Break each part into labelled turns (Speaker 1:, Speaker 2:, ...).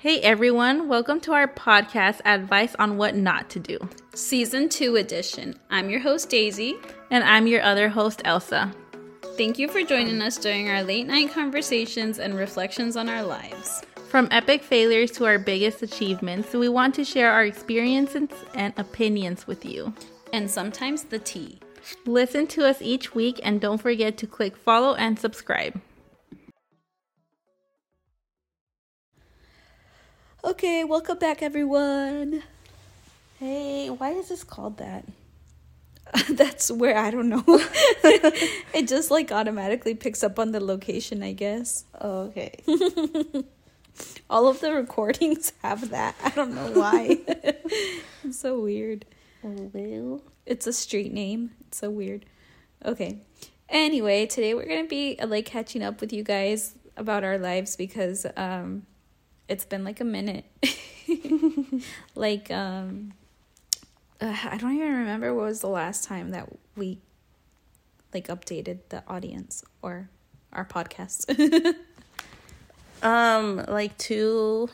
Speaker 1: Hey everyone, welcome to our podcast, Advice on What Not to Do.
Speaker 2: Season 2 edition. I'm your host, Daisy.
Speaker 1: And I'm your other host, Elsa.
Speaker 2: Thank you for joining us during our late night conversations and reflections on our lives.
Speaker 1: From epic failures to our biggest achievements, we want to share our experiences and opinions with you.
Speaker 2: And sometimes the tea.
Speaker 1: Listen to us each week and don't forget to click follow and subscribe.
Speaker 2: Okay, welcome back, everyone.
Speaker 1: Hey, why is this called that?
Speaker 2: That's where I don't know. it just like automatically picks up on the location, I guess.
Speaker 1: Okay.
Speaker 2: All of the recordings have that. I don't know why. it's so weird.
Speaker 1: Well,
Speaker 2: It's a street name. It's so weird. Okay. Anyway, today we're gonna be uh, like catching up with you guys about our lives because um, it's been like a minute. like um, uh, I don't even remember what was the last time that we like updated the audience or our podcast.
Speaker 1: um, like two,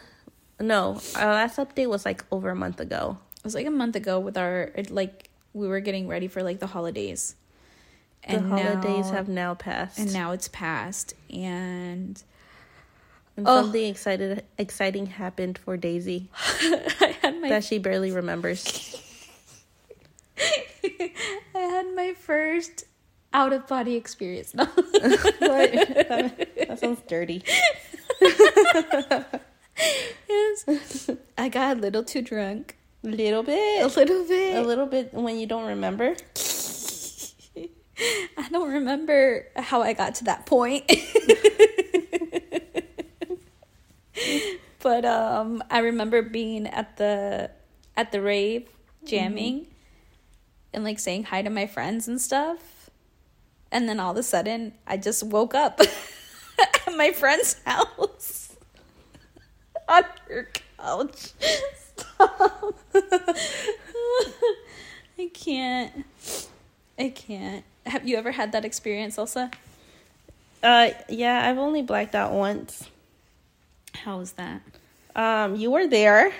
Speaker 1: no, our last update was like over a month ago.
Speaker 2: it was like a month ago with our it, like we were getting ready for like the holidays.
Speaker 1: The holidays
Speaker 2: now-
Speaker 1: have now passed,
Speaker 2: and now it's passed and
Speaker 1: And
Speaker 2: Oh.
Speaker 1: something excited, exciting happened for Daisy
Speaker 2: I had my
Speaker 1: that she barely remembers.
Speaker 2: I had my first out of body experience. No.
Speaker 1: That sounds dirty.
Speaker 2: Yes. I got a little too drunk.
Speaker 1: Little
Speaker 2: A
Speaker 1: bit,
Speaker 2: little
Speaker 1: a
Speaker 2: bit.
Speaker 1: little bit when you don't remember.
Speaker 2: I don't remember how I got to that point. but um I remember being at the at the rave jamming and like saying hi to my friends and stuff. And then all of a sudden I just woke up at my friend's house on her couch. Stop. I can't. I can't. Have you ever had that experience, Elsa?
Speaker 1: Uh, yeah, I've only blacked out once.
Speaker 2: How was that?
Speaker 1: Um, you were there.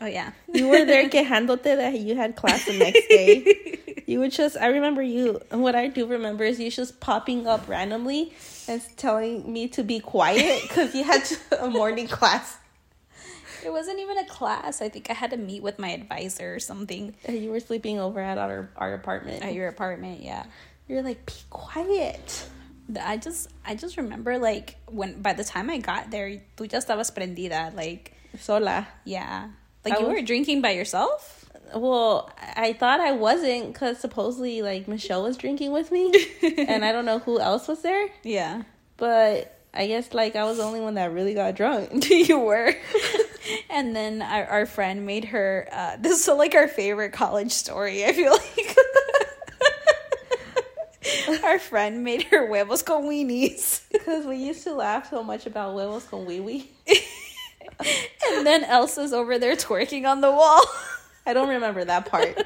Speaker 2: Oh yeah.
Speaker 1: You were there quejándote that you had class the next day. You would just, I remember you, what I do remember is you just popping up randomly and telling me to be quiet because you had a morning class.
Speaker 2: It wasn't even a class. I think I had to meet with my advisor or something
Speaker 1: And you were sleeping over at our, our apartment.
Speaker 2: at your apartment. Yeah.
Speaker 1: You're like, be quiet.
Speaker 2: The- I just I just remember like when by the time I got there, tú ya estabas prendida. Like
Speaker 1: Sola.
Speaker 2: yeah, like
Speaker 1: I
Speaker 2: you
Speaker 1: was-
Speaker 2: were drinking by yourself.
Speaker 1: Well, I I thought I wasn't because supposedly, like, Michelle was drinking with me. and I don't know who else was there.
Speaker 2: Yeah.
Speaker 1: But I guess, like, I was the only one that really got drunk.
Speaker 2: you were. and then our, our friend made her. Uh, this is like our favorite college story. I feel like our friend made her huevos con weenies.
Speaker 1: Because we used to laugh so much about huevos con wee wee.
Speaker 2: and then Elsa's over there twerking on the wall.
Speaker 1: I don't remember that part.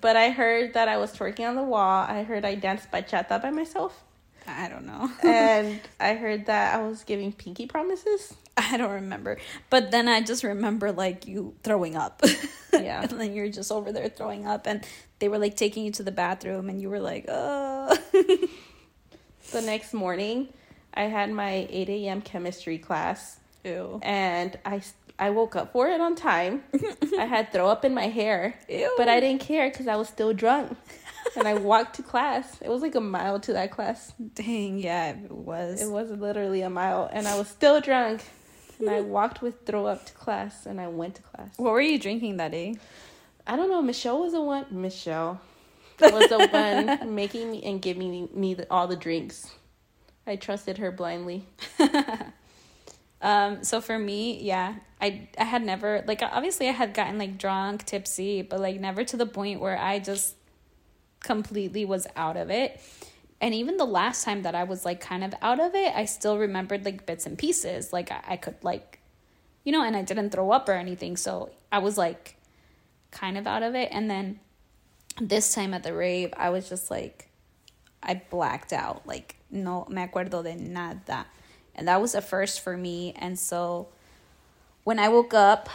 Speaker 1: but I heard that I was twerking on the wall. I heard I danced bachata by myself.
Speaker 2: I don't know.
Speaker 1: And I heard that I was giving pinky promises.
Speaker 2: I don't remember. But then I just remember like you throwing up.
Speaker 1: Yeah.
Speaker 2: and then you're just over there throwing up and they were like taking you to the bathroom and you were like, "Uh."
Speaker 1: The next morning, I had my 8 a.m. chemistry class.
Speaker 2: Ew.
Speaker 1: And I, s- I woke up for it on time. I had throw up in my hair.
Speaker 2: Ew.
Speaker 1: But I didn't care because I was still drunk. And I walked to class. It was like a mile to that class.
Speaker 2: Dang, yeah, it was.
Speaker 1: It was literally a mile, and I was still drunk. And I walked with throw up to class, and I went to class.
Speaker 2: What were you drinking that day?
Speaker 1: I don't know. Michelle was the one. Michelle was the one making me and giving me, me the, all the drinks. I trusted her blindly.
Speaker 2: Um, so for me, yeah, I I had never like obviously I had gotten like drunk, tipsy, but like never to the point where I just completely was out of it. And even the last time that I was like kind of out of it, I still remembered like bits and pieces. Like I, I could like, you know, and I didn't throw up or anything, so I was like kind of out of it. And then this time at the rave, I was just like, I blacked out. Like, no me acuerdo de nada. And that was a first for me. And so when I woke up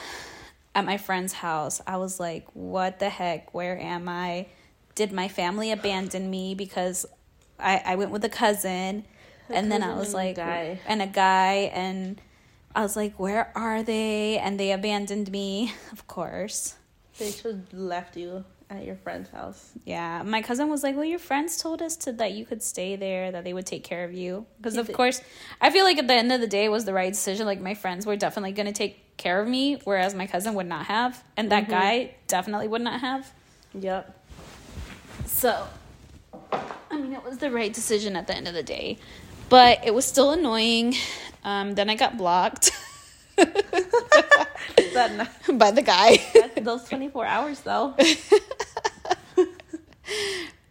Speaker 2: at my friend's house, I was like, what the heck? Where am I? Did my family abandon me because I, I went with a cousin? and then I
Speaker 1: cousin
Speaker 2: was
Speaker 1: and a
Speaker 2: like,
Speaker 1: guy.
Speaker 2: and a guy, and I was like, where are they? And they abandoned me, of course.
Speaker 1: They just left you at your friend's house.
Speaker 2: Yeah, my cousin was like, "Well, your friends told us to that you could stay there, that they would take care of you." Because
Speaker 1: Yeah,
Speaker 2: of
Speaker 1: but-
Speaker 2: course, I feel like at the end of the day it was the right decision. Like my friends were definitely going to take care of me, whereas my cousin would not have, and that guy definitely would not have.
Speaker 1: Yep.
Speaker 2: So, I mean, it was the right decision at the end of the day, but it was still annoying. Um, then I got blocked
Speaker 1: That night.
Speaker 2: by the guy.
Speaker 1: That's those 24 hours though.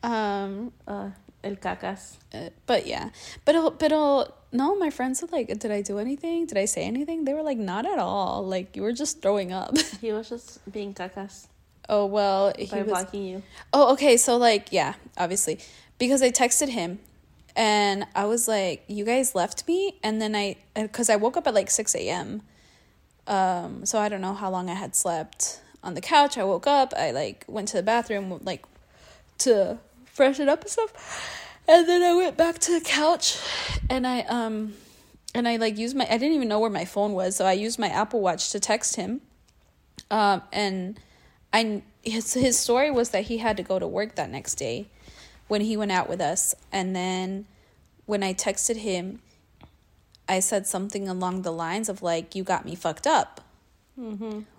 Speaker 2: Um,
Speaker 1: Uh, el cacas.
Speaker 2: Uh, but yeah, but but no, my friends were like, did I do anything? Did I say anything? They were like, not at all. Like you were just throwing up.
Speaker 1: He was just being cacas
Speaker 2: oh well, he
Speaker 1: by
Speaker 2: was.
Speaker 1: blocking you.
Speaker 2: Oh okay, so like yeah, obviously, because I texted him, and I was like, you guys left me, and then I because I woke up at like six a.m. Um, so I don't know how long I had slept on the couch. I woke up. I like went to the bathroom, like to freshen up and stuff. And then I went back to the couch and I um and I like used my I didn't even know where my phone was, so I used my Apple Watch to text him. Um and I his his story was that he had to go to work that next day when he went out with us. And then when I texted him, I said something along the lines of like, "You got me fucked up."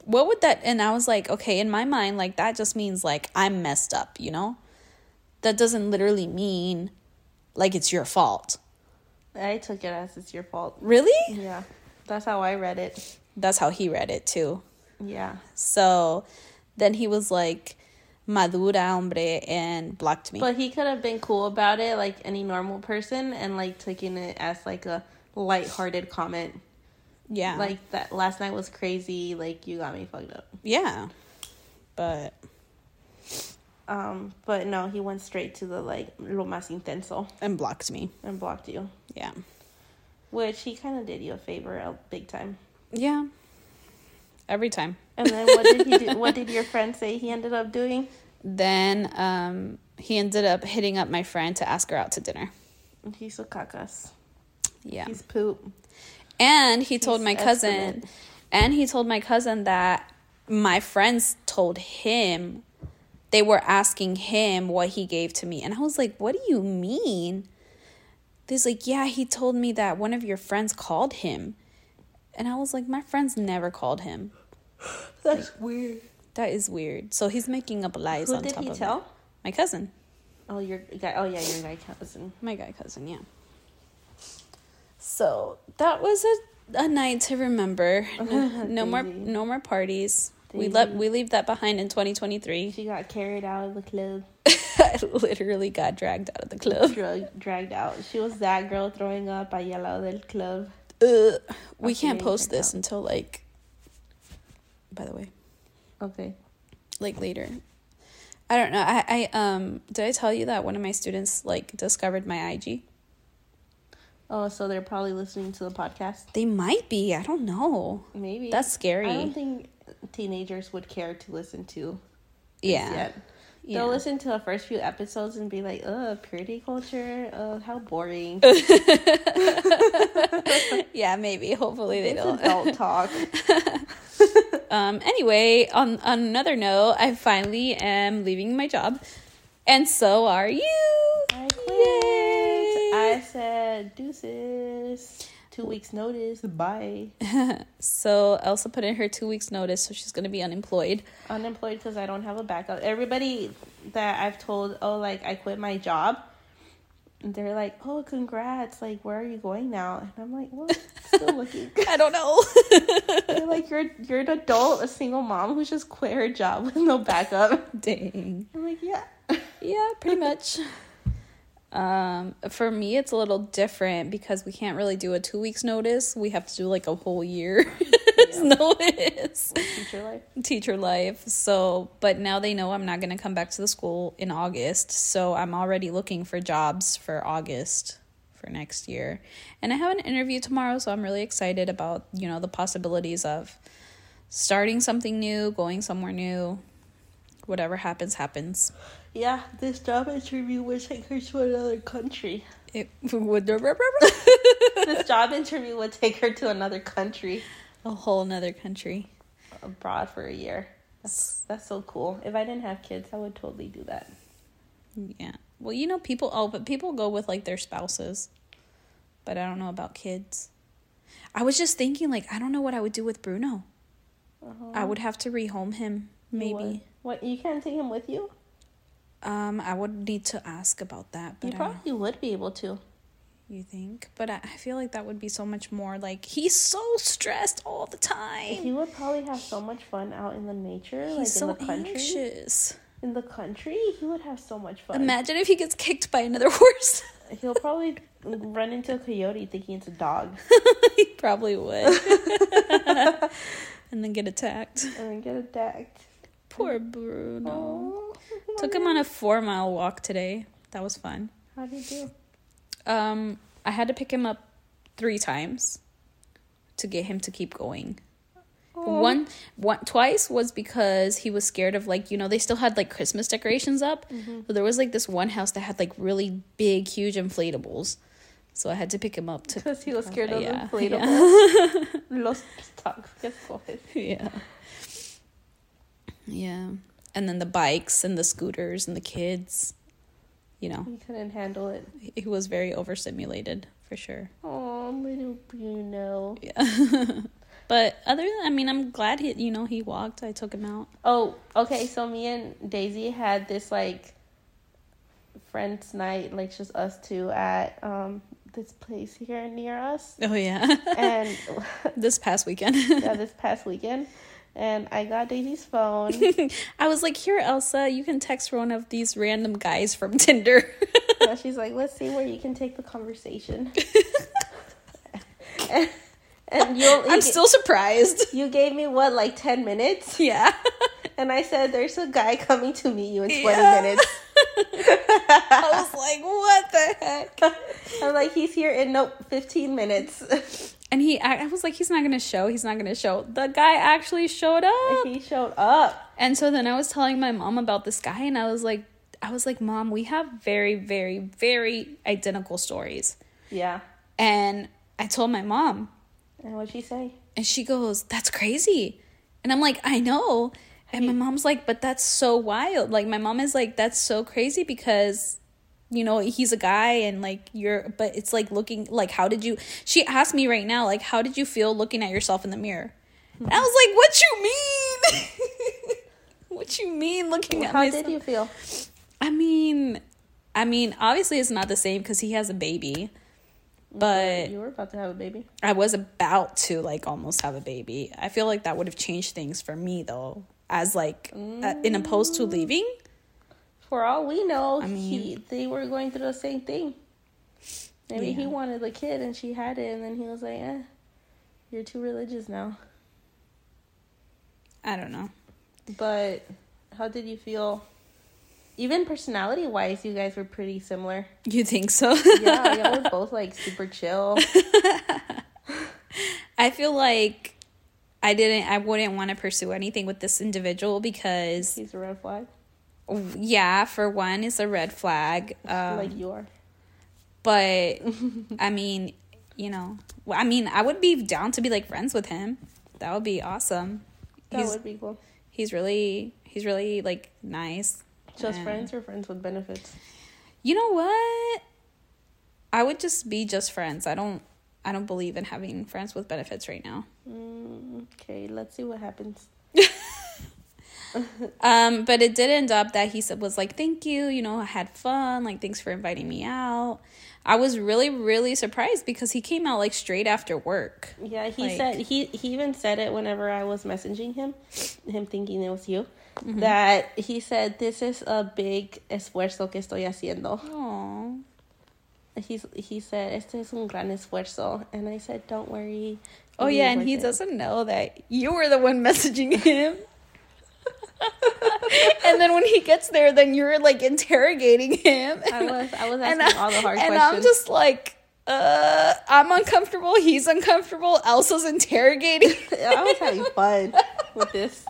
Speaker 2: What would that? And I was like, okay, in my mind, like that just means like I'm messed up, you know. That doesn't literally mean like it's your fault.
Speaker 1: I took it as it's your fault.
Speaker 2: Really?
Speaker 1: Yeah. That's how I read it.
Speaker 2: That's how he read it too.
Speaker 1: Yeah.
Speaker 2: So then he was like, "Madura, hombre," and blocked me.
Speaker 1: But he could have been cool about it like any normal person and like taking it as like a lighthearted comment.
Speaker 2: yeah, like
Speaker 1: Like that last night was crazy, like you got me fucked up.
Speaker 2: yeah, but
Speaker 1: Um, but no, he went straight to the like lo más intenso
Speaker 2: and blocked me.
Speaker 1: and blocked you,
Speaker 2: Yeah,
Speaker 1: which he kind of did you a favor, a big time.
Speaker 2: yeah. Every time.
Speaker 1: And then what did he do? What did your friend say he ended up doing?
Speaker 2: Then um, he ended up hitting up my friend to ask her out to dinner.
Speaker 1: He's a cacas.
Speaker 2: Yeah.
Speaker 1: He's poop.
Speaker 2: And he told
Speaker 1: He's
Speaker 2: my cousin,
Speaker 1: excellent.
Speaker 2: and he told my cousin that my friends told him they were asking him what he gave to me. And I was like, What do you mean? He's like, Yeah, he told me that one of your friends called him. And I was like, My friends never called him.
Speaker 1: That's weird.
Speaker 2: That is weird. So he's making up lies
Speaker 1: Who
Speaker 2: on
Speaker 1: did
Speaker 2: top
Speaker 1: he
Speaker 2: of it.
Speaker 1: tell?
Speaker 2: My cousin.
Speaker 1: Oh, your guy. Oh yeah, your guy cousin.
Speaker 2: My guy cousin, yeah. So that was a, a night to remember. No, no more
Speaker 1: Daisy.
Speaker 2: no more parties. We let
Speaker 1: Daisy.
Speaker 2: we leave that behind in 2023.
Speaker 1: She got carried out of the club,
Speaker 2: I literally got dragged out of the club.
Speaker 1: drug, dragged out. She was that girl throwing up at yellow del club.
Speaker 2: Ugh. We
Speaker 1: Okay,
Speaker 2: can't post
Speaker 1: check
Speaker 2: this
Speaker 1: out.
Speaker 2: until like by the way,
Speaker 1: Okay.
Speaker 2: like later. I don't know. I, I um did I tell you that one of my students like discovered my IG?
Speaker 1: Oh, so they're probably listening to the podcast.
Speaker 2: They might be. I don't know.
Speaker 1: Maybe
Speaker 2: That's scary.
Speaker 1: I don't think teenagers would care to listen to. this
Speaker 2: yeah.
Speaker 1: yet.
Speaker 2: yeah.
Speaker 1: They'll listen to the first few episodes and be like, "Ugh, purity culture. Uh, how boring."
Speaker 2: yeah, maybe. Hopefully they
Speaker 1: it's
Speaker 2: don't.
Speaker 1: adult talk.
Speaker 2: Um, anyway, on, on another note, I finally am leaving my job, and so are you.
Speaker 1: I
Speaker 2: Yay!
Speaker 1: I said, "Deuces." Two weeks notice. Bye.
Speaker 2: so Elsa put in her two weeks notice, so she's gonna be unemployed.
Speaker 1: unemployed because I don't have a backup. Everybody that I've told, oh, like I quit my job, they're like, oh, congrats! Like, where are you going now? And I'm like, well, still looking.
Speaker 2: I don't know.
Speaker 1: they're like, you're you're an adult, a single mom who just quit her job with no backup.
Speaker 2: Dang.
Speaker 1: I'm like, yeah.
Speaker 2: Yeah, pretty much. um, for me, it's a little different because we can't really do a two weeks notice. We have to do like a whole year notice.
Speaker 1: Teacher life.
Speaker 2: teacher life. So, but now they know I'm not going to come back to the school in August. So, I'm already looking for jobs for August for next year. And I have an interview tomorrow, so I'm really excited about, you know, the possibilities of starting something new, going somewhere new. Whatever happens, happens.
Speaker 1: Yeah, this job interview would take her to another country.
Speaker 2: It would
Speaker 1: this job interview would take her to another country
Speaker 2: a whole nother country.
Speaker 1: abroad for a year. That's that's so cool. If I didn't have kids, I would totally do that.
Speaker 2: Yeah. Well, you know, people. Oh, but people go with like their spouses. But I don't know about kids. I was just thinking, like, I don't know what I would do with Bruno. I would have to rehome him,
Speaker 1: Uh-huh. You
Speaker 2: maybe.
Speaker 1: would. What you can't take him with you?
Speaker 2: Um, I would need to ask about that. But
Speaker 1: You
Speaker 2: I don't-
Speaker 1: probably would be able to.
Speaker 2: you think? But I, I feel like that would be so much more. Like he's so stressed all the time.
Speaker 1: He would probably have so much fun out in the nature, like in
Speaker 2: He's so
Speaker 1: the country.
Speaker 2: anxious.
Speaker 1: In the country, he would have so much fun.
Speaker 2: Imagine if he gets kicked by another horse.
Speaker 1: He'll probably run into a coyote thinking it's a dog
Speaker 2: he probably would. and then get attacked.
Speaker 1: and then get attacked.
Speaker 2: Poor Bruno.
Speaker 1: Aw,
Speaker 2: Took him on a four mile walk today. That was fun.
Speaker 1: How do you do?
Speaker 2: Um, I had to pick him up three times to get him to keep going. One, one, twice was because he was scared of like you know they still had like Christmas decorations up,
Speaker 1: Mm-hmm.
Speaker 2: but there was like this one house that had like really big, huge inflatables, so I had to pick him up to.
Speaker 1: Because he was scared of
Speaker 2: Yeah,
Speaker 1: inflatables. Los toxicoes.
Speaker 2: Yeah. Yeah, and then the bikes and the scooters and the kids, you know.
Speaker 1: He couldn't handle it.
Speaker 2: he was very overstimulated for sure.
Speaker 1: Oh, little Bruno.
Speaker 2: Yeah. but other than I mean, I'm glad he you know he walked. I took him out.
Speaker 1: Oh, okay. So me and Daisy had this like friends night, like just us two at um this place here near us,
Speaker 2: Oh yeah.
Speaker 1: and
Speaker 2: this past weekend.
Speaker 1: yeah, this past weekend. And I got Daisy's phone.
Speaker 2: I was like, "Here, Elsa, you can text one of these random guys from Tinder."
Speaker 1: and she's like, "Let's see where you can take the conversation." and, and you, only-
Speaker 2: I'm still surprised.
Speaker 1: you gave me what like ten minutes,
Speaker 2: Yeah.
Speaker 1: and I said, "There's a guy coming to meet you in twenty
Speaker 2: Yeah.
Speaker 1: minutes."
Speaker 2: I was like, "What the heck?"
Speaker 1: I'm like, he's here in nope, 15 minutes.
Speaker 2: And he I I was like, "He's not going to show. He's not going to show." The guy actually showed up.
Speaker 1: he showed up.
Speaker 2: And so then I was telling my mom about this guy, and I was like, I was like, Mom, we have very, very, very identical stories.
Speaker 1: Yeah.
Speaker 2: And I told my mom,
Speaker 1: And what'd she say?
Speaker 2: and she goes, That's crazy. And I'm like, I know. And my mom's like, But that's so wild. Like, my mom is like, That's so crazy because. You know, he's a guy and like you're, but it's like looking, like, how did you? She asked me right now, like, how did you feel looking at yourself in the mirror? And I was like, what you mean? what you mean looking at
Speaker 1: How
Speaker 2: myself?
Speaker 1: did you feel?
Speaker 2: I mean, I mean, obviously it's not the same because he has a baby, but
Speaker 1: You were about to have a baby.
Speaker 2: I was about to like almost have a baby. I feel like that would have changed things for me though, as like uh, in opposed to leaving.
Speaker 1: For all we know,
Speaker 2: I
Speaker 1: he, they were going through the same thing. Maybe he
Speaker 2: Yeah.
Speaker 1: wanted a kid and she had it, and then he was like, eh, you're too religious now.
Speaker 2: I don't know.
Speaker 1: But how did you feel? Even personality wise, you guys were pretty similar.
Speaker 2: You think so?
Speaker 1: Yeah, y'all were both like super chill.
Speaker 2: I feel like I didn't. I wouldn't want to pursue anything with this individual because,
Speaker 1: He's a red flag,
Speaker 2: yeah, for one, it's a red flag. Um,
Speaker 1: like you are.
Speaker 2: but I mean, you know, well, I mean, I would be down to be like friends with him. That would be awesome.
Speaker 1: That
Speaker 2: he's
Speaker 1: would be cool.
Speaker 2: he's really he's really like nice.
Speaker 1: Just
Speaker 2: and-
Speaker 1: friends or friends with benefits?
Speaker 2: You know what? I would just be just friends. I don't I don't believe in having friends with benefits right now.
Speaker 1: Mm, okay, let's see what happens.
Speaker 2: Um, but it did end up that he said was like, "Thank you, you know, I had fun. Like, thanks for inviting me out." I was really really surprised because he came out like straight after work.
Speaker 1: Yeah, he
Speaker 2: Like-
Speaker 1: said he he even said it whenever I was messaging him, him thinking it was you.
Speaker 2: Mm-hmm.
Speaker 1: That he said this is a big esfuerzo que estoy haciendo.
Speaker 2: Oh,
Speaker 1: He's he said este es un gran esfuerzo, and I said don't worry.
Speaker 2: Oh
Speaker 1: it'll be
Speaker 2: yeah, and
Speaker 1: worth
Speaker 2: he
Speaker 1: it."
Speaker 2: doesn't know that you were the one messaging him. and then when he gets there, then you're like interrogating him.
Speaker 1: I was I was
Speaker 2: And
Speaker 1: asking
Speaker 2: I-
Speaker 1: all the hard
Speaker 2: and
Speaker 1: questions.
Speaker 2: I'm just like, uh, I'm uncomfortable, he's uncomfortable, Elsa's interrogating.
Speaker 1: I was having fun with this.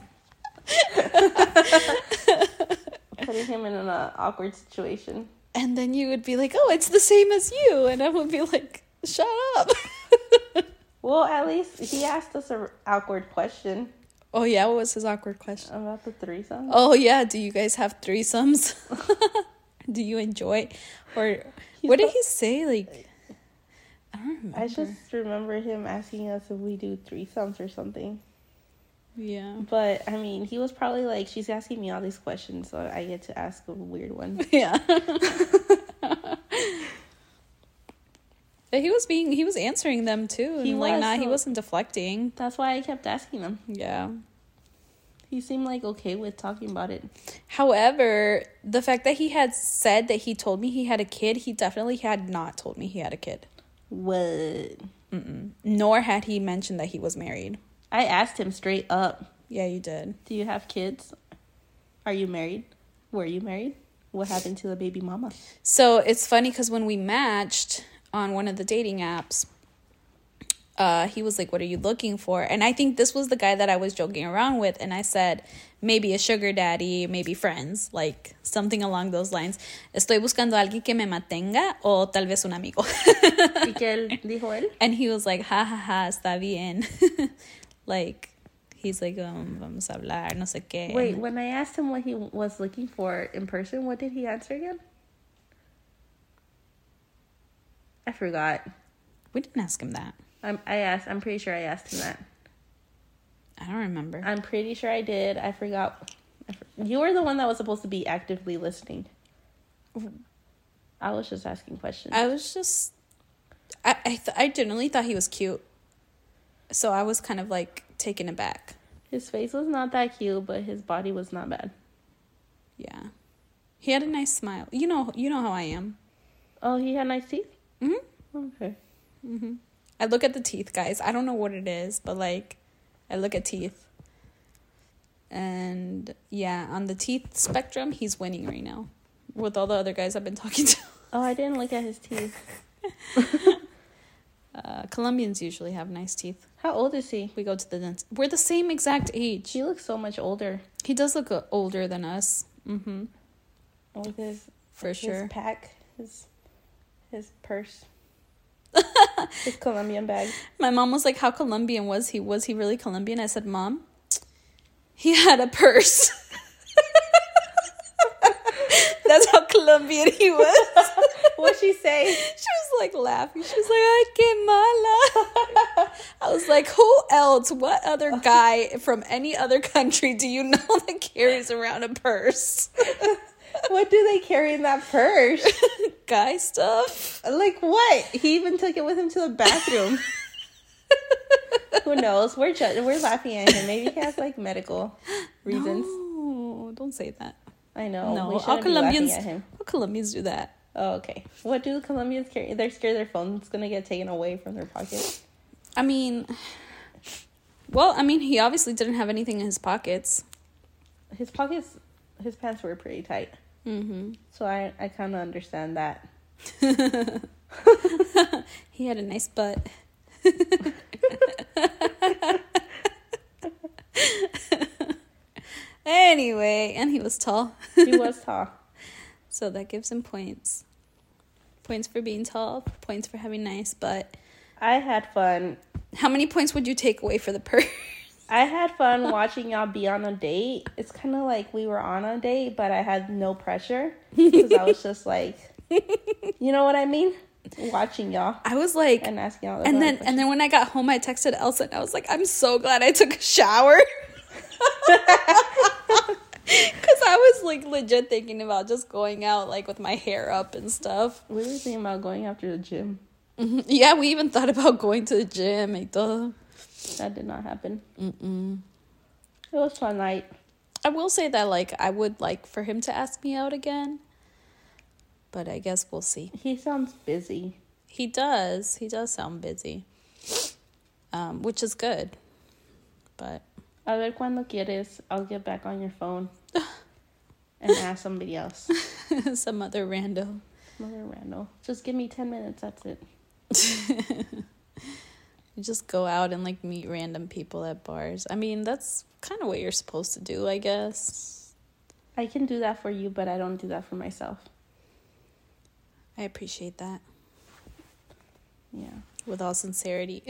Speaker 1: Putting him in an uh, awkward situation.
Speaker 2: and then you would be like, oh, it's the same as you. And I would be like, shut up.
Speaker 1: Well, at least he asked us an awkward question
Speaker 2: oh, yeah, what was his awkward question?
Speaker 1: about the threesome.
Speaker 2: Oh, yeah, do you guys have threesomes? do you enjoy? Or
Speaker 1: He's
Speaker 2: what did
Speaker 1: not-
Speaker 2: he say? Like, I don't remember.
Speaker 1: I just remember him asking us if we do threesomes or something.
Speaker 2: Yeah.
Speaker 1: But I mean, he was probably like, she's asking me all these questions, so I get to ask a weird one.
Speaker 2: Yeah. But he was being he was answering them too. And
Speaker 1: He
Speaker 2: like
Speaker 1: was,
Speaker 2: nah, he
Speaker 1: so-
Speaker 2: wasn't deflecting.
Speaker 1: That's why I kept asking him.
Speaker 2: Yeah.
Speaker 1: He seemed like okay with talking about it.
Speaker 2: However, the fact that he had said that he told me he had a kid, he definitely had not told me he had a kid.
Speaker 1: What?
Speaker 2: Mm-mm. Nor had he mentioned that he was married.
Speaker 1: I asked him straight up,
Speaker 2: Yeah, you did.
Speaker 1: "Do you have kids? Are you married? Were you married? What happened to the baby mama?"
Speaker 2: So it's funny because when we matched on one of the dating apps, uh, he was like, What are you looking for? And I think this was the guy that I was joking around with. And I said, Maybe a sugar daddy, maybe friends, like something along those lines. Estoy buscando a alguien que me mantenga o tal vez un amigo.
Speaker 1: ¿Y qué él dijo él?
Speaker 2: And he was like, ha ha ha, está bien. like, he's like, um, vamos a hablar, no sé qué.
Speaker 1: Wait, when I asked him what he was looking for in person, what did he answer again? I forgot.
Speaker 2: We didn't ask him that.
Speaker 1: I'm, I asked. I'm pretty sure I asked him that.
Speaker 2: I don't remember.
Speaker 1: I'm pretty sure I did. I forgot. I for- You were the one that was supposed to be actively listening. I was just asking questions.
Speaker 2: I was just, I, I, th- I genuinely thought he was cute. So I was kind of like taken aback.
Speaker 1: His face was not that cute, but his body was not bad.
Speaker 2: Yeah. He had a nice smile. You know, you know how I am.
Speaker 1: Oh, he had nice teeth?
Speaker 2: hmm
Speaker 1: Okay. Mm-hmm.
Speaker 2: hmm I look at the teeth, guys. I don't know what it is, but like, I look at teeth. And yeah, on the teeth spectrum, he's winning right now with all the other guys I've been talking to.
Speaker 1: Oh, I didn't look at his teeth.
Speaker 2: Uh, Colombians usually have nice teeth.
Speaker 1: How old is he?
Speaker 2: We go to the dentist. We're the same exact age.
Speaker 1: He looks so much older
Speaker 2: He does look uh, older than us. hmm
Speaker 1: with his
Speaker 2: For
Speaker 1: his
Speaker 2: sure.
Speaker 1: pack, his his purse, his Colombian bag.
Speaker 2: My mom was like, "How Colombian was he? Was he really Colombian?" I said, "Mom, he had a purse." That's how Colombian he was.
Speaker 1: What'd she say?
Speaker 2: She was like laughing. She was like, "Ay, qué mala." I was like, "Who else? What other guy from any other country do you know that carries around a purse?
Speaker 1: What do they carry in that purse?
Speaker 2: Guy stuff."
Speaker 1: Like what? He even took it with him to the bathroom. Who knows? We're ju- we're laughing at him. Maybe he has like medical reasons.
Speaker 2: No, don't say that.
Speaker 1: I know.
Speaker 2: No,
Speaker 1: we
Speaker 2: all
Speaker 1: shouldn't be laughing
Speaker 2: Colombians,
Speaker 1: at him.
Speaker 2: all Colombians do that.
Speaker 1: Oh, okay. What do Colombians carry? They're scared their phone's gonna get taken away from their pocket.
Speaker 2: I mean, well, I mean, he obviously didn't have anything in his pockets.
Speaker 1: His pockets, his pants were pretty tight,
Speaker 2: Mm-hmm.
Speaker 1: so I I kind of understand that.
Speaker 2: He had a nice butt. anyway, and he was tall,
Speaker 1: He was tall.
Speaker 2: so that gives him points. Points for being tall, points for having nice butt.
Speaker 1: I had fun.
Speaker 2: How many points would you take away for the purse?
Speaker 1: I had fun watching y'all be on a date. It's kind of like we were on a date, but I had no pressure because I was just like, you know what I mean? Watching y'all
Speaker 2: I was like,
Speaker 1: and asking y'all.
Speaker 2: and then and then when I got home, I texted Elsa and I was like, I'm so glad I took a shower. Cause I was like legit thinking about just going out like with my hair up and stuff.
Speaker 1: we were thinking about going after the gym.
Speaker 2: Mhm. Yeah, we even thought about going to the gym. y todo.
Speaker 1: That did not happen.
Speaker 2: Mm-mm.
Speaker 1: It was fun night.
Speaker 2: I will say that like I would like for him to ask me out again, but I guess we'll see.
Speaker 1: He sounds busy.
Speaker 2: He does. He does sound busy, um, which is good. But
Speaker 1: A ver cuando quieres, I'll get back on your phone and ask somebody else.
Speaker 2: some other random.
Speaker 1: Mother Randall, just give me ten minutes. That's it.
Speaker 2: You just go out and like meet random people at bars. I mean, that's kind of what you're supposed to do, I guess.
Speaker 1: I can do that for you, but I don't do that for myself.
Speaker 2: I appreciate that
Speaker 1: Yeah.
Speaker 2: with all sincerity.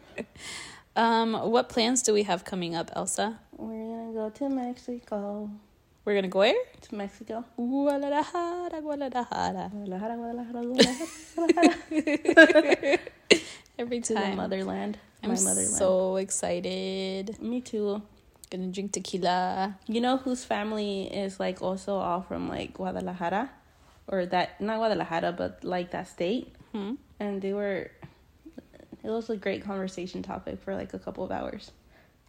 Speaker 2: um, what plans do we have coming up, Elsa?
Speaker 1: We're gonna go to Mexico.
Speaker 2: We're gonna go where?
Speaker 1: To Mexico.
Speaker 2: Guadalajara, Guadalajara.
Speaker 1: Guadalajara, Guadalajara, Guadalajara.
Speaker 2: Every
Speaker 1: to the
Speaker 2: time.
Speaker 1: motherland.
Speaker 2: I'm
Speaker 1: my motherland.
Speaker 2: so excited.
Speaker 1: Me too.
Speaker 2: Gonna drink tequila.
Speaker 1: You know whose family is like also all from like Guadalajara? Or that, not Guadalajara, but like that state?
Speaker 2: Hmm?
Speaker 1: and they were it was a great conversation topic for like a couple of hours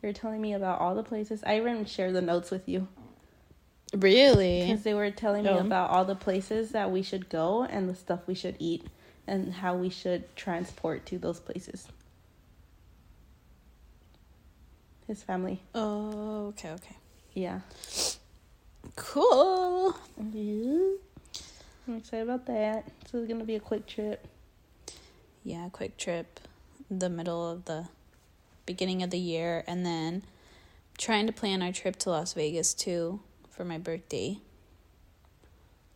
Speaker 1: they were telling me about all the places i even shared the notes with you
Speaker 2: Really?
Speaker 1: because they were telling me
Speaker 2: Oh.
Speaker 1: about all the places that we should go and the stuff we should eat and how we should transport to those places his family
Speaker 2: Oh, okay, okay.
Speaker 1: yeah
Speaker 2: Cool.
Speaker 1: i'm excited about that so it's gonna be a quick trip
Speaker 2: Yeah, quick trip, the middle of the beginning of the year, and then trying to plan our trip to Las Vegas too for my birthday.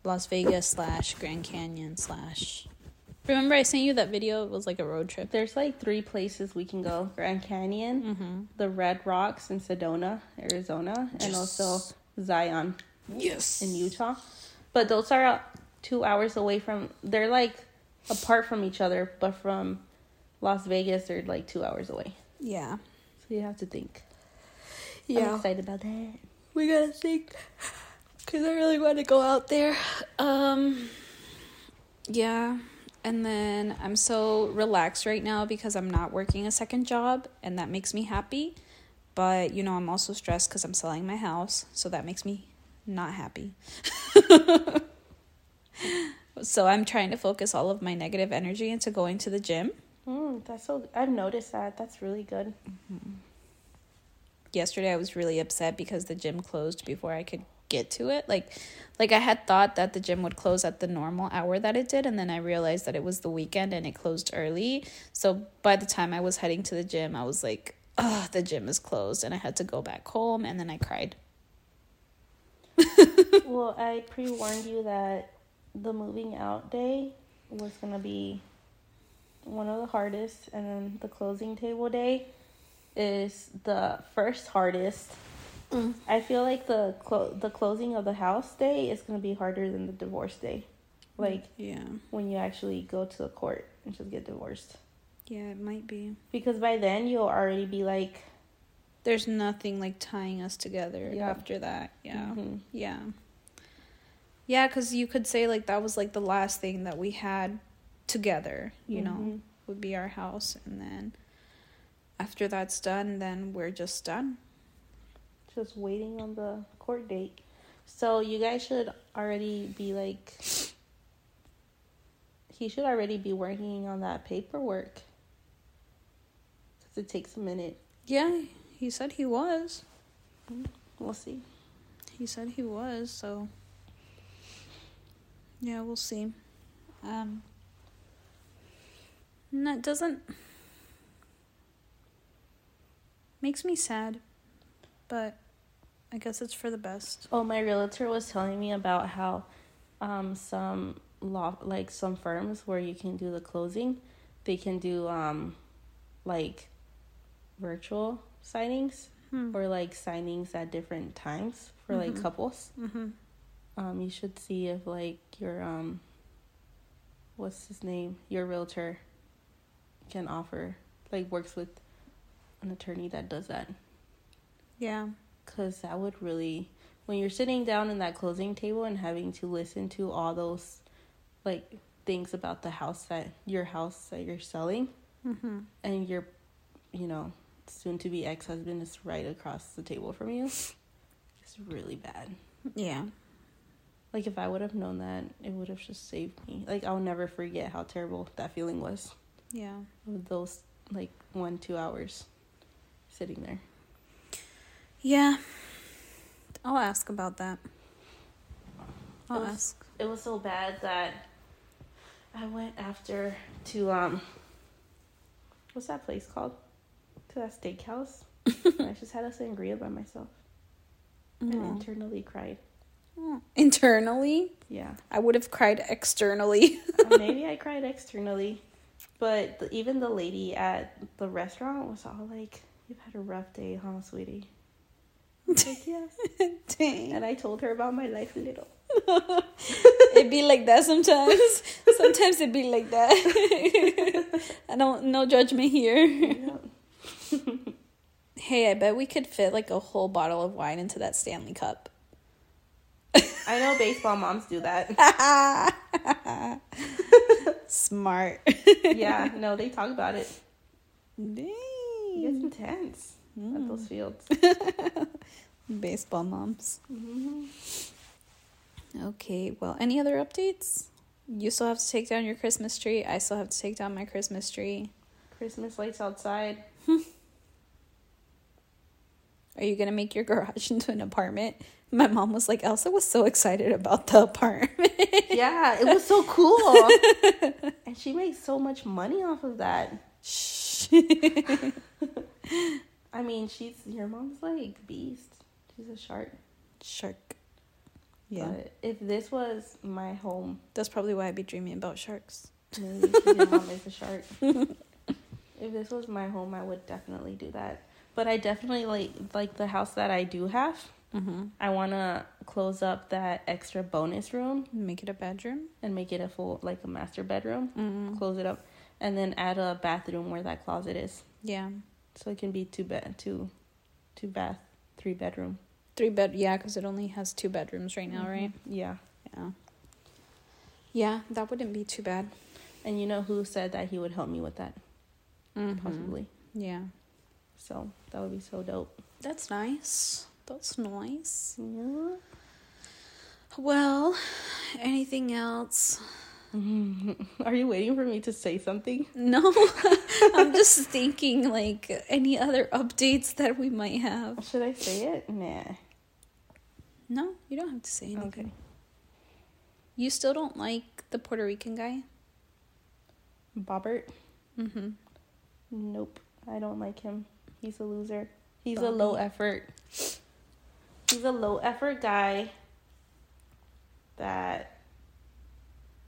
Speaker 2: Las Vegas slash Grand Canyon slash. Remember, I sent you that video. It was like a road trip.
Speaker 1: there's like three places we can go grand canyon
Speaker 2: Mm-hmm.
Speaker 1: the Red Rocks in Sedona, Arizona, and also Zion
Speaker 2: Yes.
Speaker 1: in Utah. But those are uh, two hours away from, they're like apart from each other, but from Las Vegas, they're like two hours away.
Speaker 2: Yeah.
Speaker 1: So you have to think. I'm
Speaker 2: Yeah.
Speaker 1: excited about that.
Speaker 2: we gotta think because i really want to go out there um yeah and then i'm so relaxed right now because i'm not working a second job and that makes me happy but you know i'm also stressed because i'm selling my house so that makes me not happy so i'm trying to focus all of my negative energy into going to the gym
Speaker 1: Mm, that's so, I've noticed that. That's really good.
Speaker 2: Mm-hmm. yesterday I was really upset because the gym closed before I could get to it. Like like I had thought that the gym would close at the normal hour that it did and then I realized that it was the weekend and it closed early. So by the time I was heading to the gym, I was like, "Oh, the gym is closed." And I had to go back home and then I cried.
Speaker 1: well, I pre warned you that the moving out day was going to be one of the hardest, and then the closing table day is the first hardest.
Speaker 2: Mm.
Speaker 1: I feel like the clo- the closing of the house day is going to be harder than the divorce day. Like
Speaker 2: Yeah.
Speaker 1: when you actually go to the court and just get divorced.
Speaker 2: Yeah, it might be.
Speaker 1: Because by then you'll already be like,
Speaker 2: There's nothing like tying us together
Speaker 1: Yeah.
Speaker 2: after that. Yeah.
Speaker 1: mhm.
Speaker 2: Yeah. Yeah, cuz you could say like that was like the last thing that we had together, you know.
Speaker 1: Mhm.
Speaker 2: would be our house and then after that's done then we're just done
Speaker 1: Just waiting on the court date. So you guys should already be like he should already be working on that paperwork. Cuz it takes a minute.
Speaker 2: yeah he said he was
Speaker 1: We'll see.
Speaker 2: he said he was so yeah we'll see um and that doesn't makes me sad but i guess it's for the best
Speaker 1: Oh, my realtor was telling me about how um some law like some firms where you can do the closing, they can do um like virtual signings
Speaker 2: hmm.
Speaker 1: or like signings at different times for like
Speaker 2: Mhm.
Speaker 1: couples.
Speaker 2: hmm
Speaker 1: Um, you should see if like your um, what's his name, your realtor, can offer like works with an attorney that does that,
Speaker 2: yeah
Speaker 1: cause that would really when you're sitting down in that closing table and having to listen to all those like things about the house that your house that you're selling
Speaker 2: mm-hmm.
Speaker 1: and your you know soon to be ex husband is right across the table from you, it's really bad.
Speaker 2: yeah
Speaker 1: Like if I would have known that, it would have just saved me. Like I'll never forget how terrible that feeling was.
Speaker 2: yeah
Speaker 1: Of Those like one two hours sitting there.
Speaker 2: Yeah. I'll ask about that. I'll
Speaker 1: Oof.
Speaker 2: ask.
Speaker 1: It was so bad that I went after to um what's that place called? To that steakhouse. and I just had a sangria by myself. And internally cried.
Speaker 2: Mm. Internally,
Speaker 1: Yeah.
Speaker 2: I would have cried externally.
Speaker 1: Uh, maybe I cried externally, but the, even the lady at the restaurant was all like, "You've had a rough day, huh, sweetie?" I was like, yes.
Speaker 2: Dang.
Speaker 1: And I told her about my life a little.
Speaker 2: It'd be like that sometimes. sometimes it'd be like that. I don't, no judgment here.
Speaker 1: Yeah.
Speaker 2: Hey, I bet we could fit like a whole bottle of wine into that Stanley cup.
Speaker 1: I know baseball moms do that.
Speaker 2: Smart.
Speaker 1: Yeah, no, they talk about it. It gets
Speaker 2: Dang.
Speaker 1: intense at
Speaker 2: Mm.
Speaker 1: those fields.
Speaker 2: Baseball moms.
Speaker 1: Mhm.
Speaker 2: Okay, well, any other updates? You still have to take down your Christmas tree. I still have to take down my Christmas tree.
Speaker 1: Christmas lights outside.
Speaker 2: Are you gonna make your garage into an apartment? My mom was like, Elsa was so excited about the apartment.
Speaker 1: Yeah, it was so cool. and she makes so much money off of that.
Speaker 2: Shh.
Speaker 1: I mean, she's your mom's like a beast. She's a shark.
Speaker 2: Shark. Yeah.
Speaker 1: But if this was my home,
Speaker 2: That's probably why I'd be dreaming about sharks.
Speaker 1: maybe because your mom is a shark. if this was my home, I would definitely do that. But I definitely like like the house that I do have.
Speaker 2: Mm-hmm.
Speaker 1: I want to close up that extra bonus room
Speaker 2: Make it a bedroom.
Speaker 1: and make it a full like a master bedroom.
Speaker 2: Mm-mm.
Speaker 1: Close it up and then add a bathroom where that closet is.
Speaker 2: Yeah.
Speaker 1: So it can be two bed, two two bath, three bedroom.
Speaker 2: Three bed. Yeah, because it only has two bedrooms right now, right?
Speaker 1: Mm-hmm. Yeah.
Speaker 2: Yeah. Yeah, that wouldn't be too bad.
Speaker 1: And you know who said that he would help me with that
Speaker 2: Mhm.
Speaker 1: possibly.
Speaker 2: Yeah.
Speaker 1: So that would be so dope.
Speaker 2: That's nice. That's nice.
Speaker 1: Yeah.
Speaker 2: Well, anything else?
Speaker 1: Are you waiting for me to say something?
Speaker 2: No, I'm just thinking like any other updates that we might have.
Speaker 1: Should I say it? Nah.
Speaker 2: No, you don't have to say anything.
Speaker 1: Okay.
Speaker 2: You still don't like the Puerto Rican guy?
Speaker 1: Bobbert?
Speaker 2: Mm-hmm.
Speaker 1: Nope. I don't like him. He's a loser. He's a
Speaker 2: Bobby.
Speaker 1: low effort. He's a low effort guy that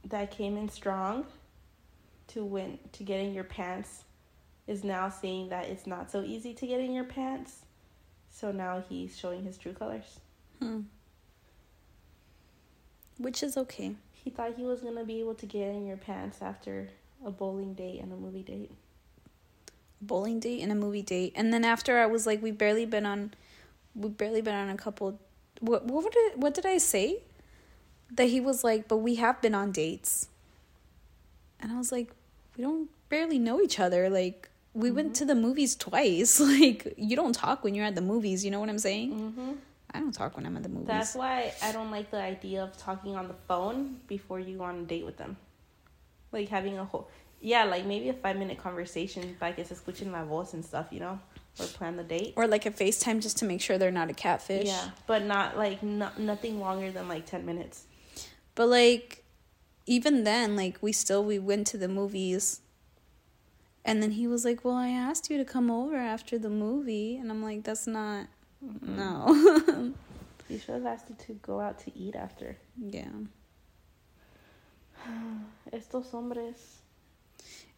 Speaker 1: that came in strong to win to getting your pants is now seeing that it's not so easy to get in your pants. So now he's showing his true colors.
Speaker 2: Hmm. Which is okay.
Speaker 1: He thought he was gonna be able to get in your pants after a bowling date and a movie date.
Speaker 2: Bowling date and a movie date, and then after I was like, we barely been on, we barely been on a couple. What what would it, what did I say? That he was like, but we have been on dates. And I was like, we don't barely know each other. Like we
Speaker 1: Mm-hmm.
Speaker 2: went to the movies twice. Like you don't talk when you're at the movies. You know what I'm saying?
Speaker 1: Mm-hmm.
Speaker 2: I don't talk when I'm at the movies.
Speaker 1: That's why I don't like the idea of talking on the phone before you go on a date with them. Like having a whole, yeah, like maybe a five minute conversation, like it's escuching my voice and stuff, you know, or plan the date.
Speaker 2: or like a FaceTime just to make sure they're not a catfish.
Speaker 1: Yeah, but not like no, nothing longer than like 10 minutes.
Speaker 2: But like even then, like we still we went to the movies. And then he was like, "Well, I asked you to come over after the movie." And I'm like, "That's not
Speaker 1: Mm.
Speaker 2: no."
Speaker 1: You should have asked you to go out to eat after.
Speaker 2: yeah.
Speaker 1: Estos hombres.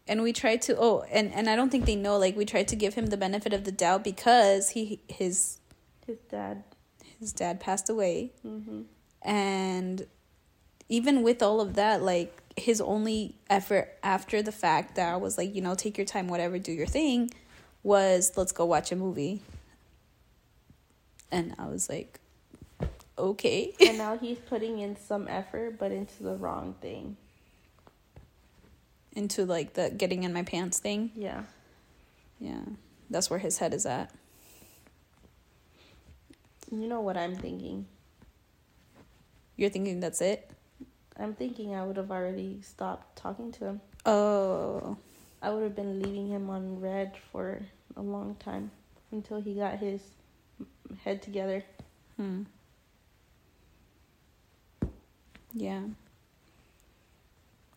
Speaker 2: And we tried to oh, and and I don't think they know like we tried to give him the benefit of the doubt because he his
Speaker 1: His dad.
Speaker 2: his dad passed away
Speaker 1: hmm
Speaker 2: and even with all of that like his only effort after the fact that I was like, you know, take your time, whatever, do your thing, was let's go watch a movie. And I was like, okay.
Speaker 1: and now he's putting in some effort, but into the wrong thing.
Speaker 2: Into like the getting in my pants thing.
Speaker 1: Yeah.
Speaker 2: Yeah. That's where his head is at.
Speaker 1: You know what I'm thinking.
Speaker 2: You're thinking that's it?
Speaker 1: I'm thinking I would have already stopped talking to him.
Speaker 2: Oh.
Speaker 1: I would have been leaving him on red for a long time until he got his head together.
Speaker 2: Hmm. Yeah.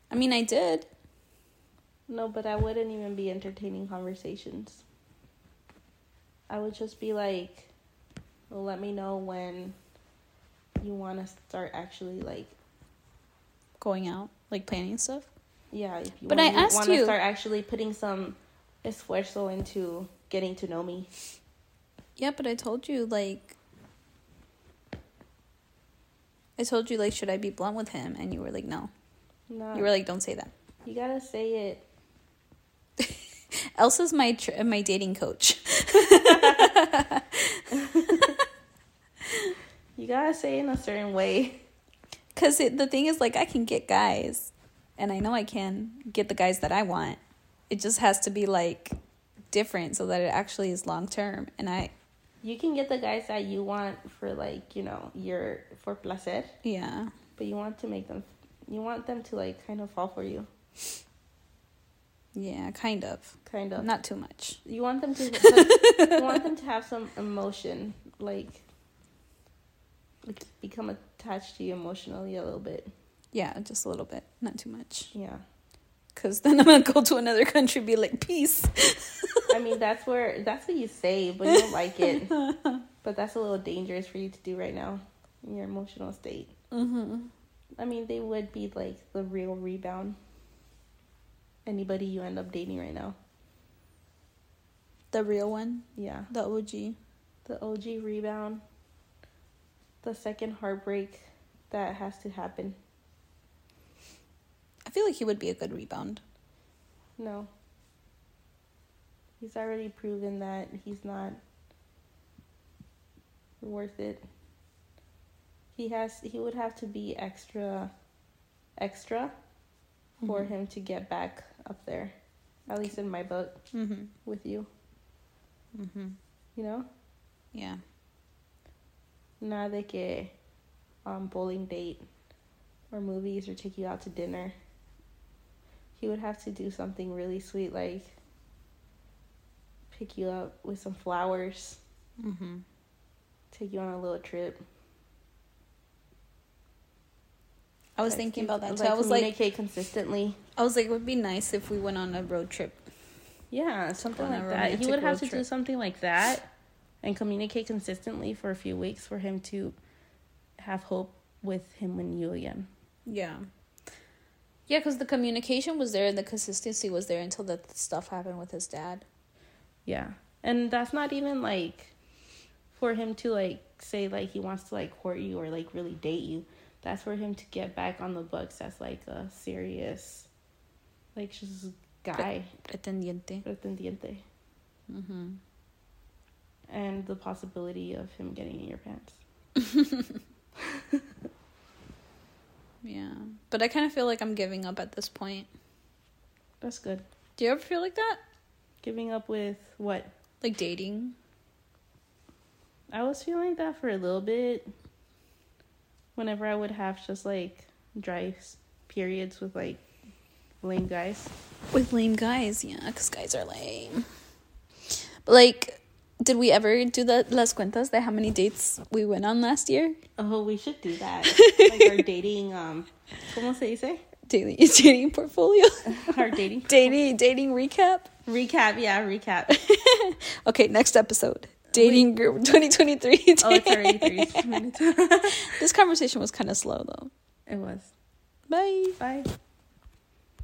Speaker 2: I mean, I did.
Speaker 1: No, but I wouldn't even be entertaining conversations. I would just be like, well, let me know when you want to start actually like
Speaker 2: Going out, like planning stuff.
Speaker 1: yeah, if you
Speaker 2: But
Speaker 1: wanna,
Speaker 2: I asked
Speaker 1: wanna
Speaker 2: you-
Speaker 1: start actually putting some esfuerzo into getting to know me.
Speaker 2: Yeah, but I told you like I told you like should I be blunt with him and you were like no.
Speaker 1: No.
Speaker 2: You were like don't say that.
Speaker 1: you got to say it.
Speaker 2: Elsa's my tr- my dating coach.
Speaker 1: You got to say it in a certain way.
Speaker 2: Cuz the thing is like I can get guys and I know I can get the guys that I want. It just has to be like different so that it actually is long term and I
Speaker 1: You can get the guys that you want for like, you know, your for placer,
Speaker 2: yeah.
Speaker 1: but you want to make them you want them to like kind of fall for you.
Speaker 2: Yeah, kind of.
Speaker 1: Kind of.
Speaker 2: Not too much.
Speaker 1: You want them to. you want them to have some emotion, like, like become attached to you emotionally a little bit.
Speaker 2: Yeah, just a little bit, not too much.
Speaker 1: Yeah,
Speaker 2: Cuz then I'm going to go to another country be like peace.
Speaker 1: I mean that's where that's what you say, but you don't like it. But that's a little dangerous for you to do right now in your emotional state.
Speaker 2: Mhm.
Speaker 1: I mean, they would be like the real rebound. Anybody you end up dating right now,
Speaker 2: The real one,
Speaker 1: yeah,
Speaker 2: the OG.
Speaker 1: the OG rebound, the second heartbreak that has to happen.
Speaker 2: I feel like he would be a good rebound.
Speaker 1: No. He's already proven that he's not worth it. He has he would have to be extra extra for
Speaker 2: Mhm.
Speaker 1: him to get back up there. At least in my book
Speaker 2: Mhm.
Speaker 1: with you,
Speaker 2: Mhm.
Speaker 1: you know?
Speaker 2: Yeah.
Speaker 1: Nada de que um bowling date or movies or take you out to dinner. He would have to do something really sweet like pick you up with some flowers.
Speaker 2: Mhm.
Speaker 1: take you on a little trip.
Speaker 2: I was
Speaker 1: Like,
Speaker 2: thinking
Speaker 1: you-
Speaker 2: about that too. I was like,
Speaker 1: communicate consistently.
Speaker 2: I was like, it would be nice if we went on a road trip.
Speaker 1: Yeah, something
Speaker 2: on a
Speaker 1: like that. He
Speaker 2: romantic
Speaker 1: would have
Speaker 2: road
Speaker 1: to do
Speaker 2: trip.
Speaker 1: something like that, and communicate consistently for a few weeks for him to have hope with him and you again.
Speaker 2: Yeah. Yeah, because the communication was there and the consistency was there until the stuff happened with his dad.
Speaker 1: Yeah, and that's not even like for him to like say like he wants to like court you or like really date you. That's for him to get back on the books as like a serious, like just guy.
Speaker 2: Pretendiente.
Speaker 1: pretendiente.
Speaker 2: Mm-hmm.
Speaker 1: and the possibility of him getting in your pants.
Speaker 2: Yeah. But I kind of feel like I'm giving up at this point.
Speaker 1: That's good.
Speaker 2: Do you ever feel like that?
Speaker 1: Giving up with what?
Speaker 2: Like dating?
Speaker 1: I was feeling like that for a little bit. Whenever I would have just like dry s- periods with like lame guys.
Speaker 2: With lame guys, yeah, because guys are lame. But like, did we ever do the las cuentas de how many dates we went on last year?
Speaker 1: Oh, we should do that. like our dating um ¿cómo se dice?
Speaker 2: Dating, dating portfolio,
Speaker 1: Our dating
Speaker 2: dating dating recap.
Speaker 1: recap. Yeah, recap.
Speaker 2: Okay, next episode, dating group twenty twenty three.
Speaker 1: Oh, it's already 30 minutes.
Speaker 2: This conversation was kind of slow though.
Speaker 1: it was.
Speaker 2: Bye.
Speaker 1: Bye.